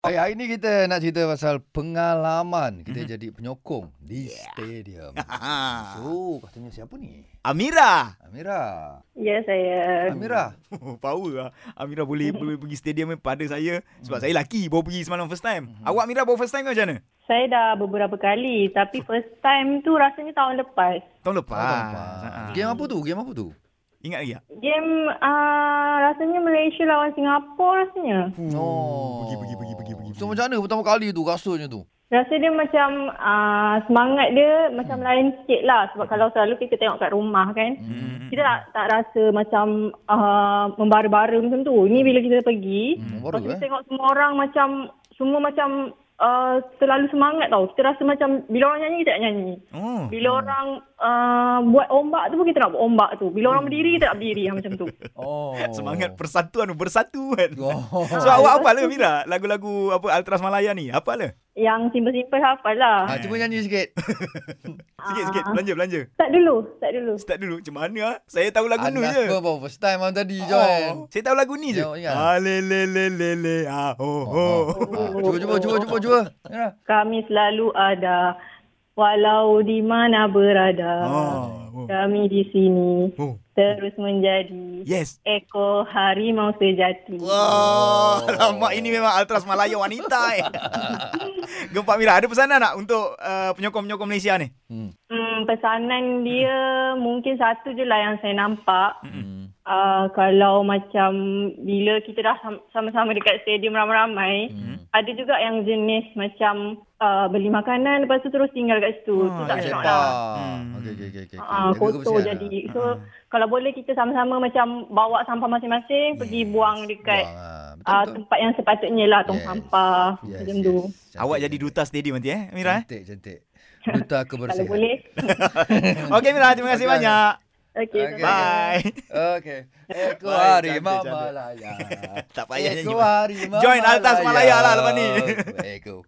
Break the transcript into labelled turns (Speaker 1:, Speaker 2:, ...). Speaker 1: Baik, hari ni kita nak cerita pasal pengalaman
Speaker 2: Mhm.
Speaker 1: kita mm-hmm. jadi penyokong di yeah. stadium.
Speaker 2: Ah.
Speaker 1: so, katanya siapa ni?
Speaker 2: Amira.
Speaker 1: Ah. Amira.
Speaker 3: Ya saya.
Speaker 1: Amira.
Speaker 2: Oh, power lah. Amira boleh boleh pergi stadium ni pada saya sebab saya laki baru pergi semalam first time. Awak Amira baru first time ke macam mana?
Speaker 3: Saya dah beberapa kali tapi first time tu rasanya tahun lepas.
Speaker 2: Tahun lepas.
Speaker 1: Ah. Game apa tu? Game apa tu?
Speaker 2: Ingat lagi tak?
Speaker 3: Game uh, rasanya Malaysia lawan Singapura rasanya.
Speaker 1: Oh.
Speaker 2: Hmm, Pergi, pergi, pergi, pergi, pergi.
Speaker 1: So, macam mana pertama kali tu rasanya tu?
Speaker 3: Rasa dia macam uh, semangat dia
Speaker 1: Hmm.
Speaker 3: macam lain sikit lah sebab kalau selalu kita tengok kat rumah kan
Speaker 2: Hmm.
Speaker 3: kita tak, tak rasa macam uh, membara-bara macam tu. Ni bila kita pergi
Speaker 1: Hmm,
Speaker 3: Lepas tu
Speaker 1: baru
Speaker 3: kita
Speaker 1: eh.
Speaker 3: tengok semua orang macam semua macam uh, terlalu semangat tau. Kita rasa macam bila orang nyanyi kita nak nyanyi.
Speaker 2: Oh.
Speaker 3: Bila orang uh, buat ombak tu pun kita nak buat ombak tu. Bila
Speaker 2: Hmm.
Speaker 3: orang berdiri kita nak berdiri yang macam tu.
Speaker 1: Oh.
Speaker 2: Semangat persatuan bersatu kan.
Speaker 1: Oh.
Speaker 2: So awak apa lah Amira? Lagu-lagu apa Altras Malaya ni? Apa lah?
Speaker 3: Yang simple-simple hafal lah.
Speaker 1: Ah, cuba nyanyi sikit.
Speaker 2: Sikit sikit belanja belanja.
Speaker 3: Start dulu, start dulu.
Speaker 2: Start dulu macam mana ah? Saya tahu lagu ni
Speaker 1: Anak
Speaker 2: je.
Speaker 1: pun baru first time malam
Speaker 2: Oh.
Speaker 1: tadi, Johan.
Speaker 2: Saya tahu lagu ni je.
Speaker 1: Tengok ingat.
Speaker 2: Ah le le le le le ah ho ho.
Speaker 1: Ah, cuba, cuba, cuba, cuba, cuba. Amira.
Speaker 3: Kami selalu ada walau di mana berada.
Speaker 2: Oh.
Speaker 3: Kami di sini
Speaker 2: Oh.
Speaker 3: terus menjadi
Speaker 2: Yes.
Speaker 3: ekor harimau sejati.
Speaker 2: Wah, alamak ini memang Altras Malaya wanita eh. Gempak Mira, ada pesanan tak untuk uh, penyokong-penyokong Malaysia ni?
Speaker 1: Hmm.
Speaker 3: Hmm, pesanan dia
Speaker 2: Hmm.
Speaker 3: mungkin satu je lah yang saya nampak.
Speaker 1: Hmm.
Speaker 3: Uh, kalau macam bila kita dah sam- sama-sama dekat stadium ramai-ramai,
Speaker 1: Hmm.
Speaker 2: Hmm.
Speaker 3: ada juga yang jenis macam uh, beli makanan lepas tu terus tinggal kat situ.
Speaker 2: Ah,
Speaker 3: tu tak
Speaker 2: ya.
Speaker 3: elok
Speaker 1: Sepak.
Speaker 3: lah.
Speaker 2: Hmm.
Speaker 1: Okey, okey, okey, okey.
Speaker 3: Ah,
Speaker 1: Jaga
Speaker 3: kotor
Speaker 1: kebersihan
Speaker 3: jadi.
Speaker 1: lah.
Speaker 3: So kalau boleh kita sama-sama macam bawa sampah masing-masing pergi buang dekat
Speaker 1: Buang, ah. Betul,
Speaker 3: ah,
Speaker 1: betul.
Speaker 3: tempat yang sepatutnya lah tong
Speaker 1: Yes.
Speaker 3: sampah
Speaker 1: Yes,
Speaker 3: macam
Speaker 1: yes.
Speaker 3: tu.
Speaker 1: Cantik,
Speaker 2: Awak jadi
Speaker 1: cantik.
Speaker 2: duta stadium nanti eh, Mira eh?
Speaker 1: Cantik, cantik. Duta kebersihan.
Speaker 3: Kalau boleh.
Speaker 2: Okey Mira, Hmm. terima kasih
Speaker 1: Okey,
Speaker 2: banyak.
Speaker 3: Okey.
Speaker 1: Okey.
Speaker 3: bye-bye.
Speaker 2: Bye.
Speaker 1: Okey. Eko
Speaker 2: Baik,
Speaker 1: harimau
Speaker 2: cantik, cantik.
Speaker 1: Malaya.
Speaker 2: Tak payah nyanyi.
Speaker 1: Eko harimau
Speaker 2: Join Altas Malaya lah lepas ni.
Speaker 1: Eko.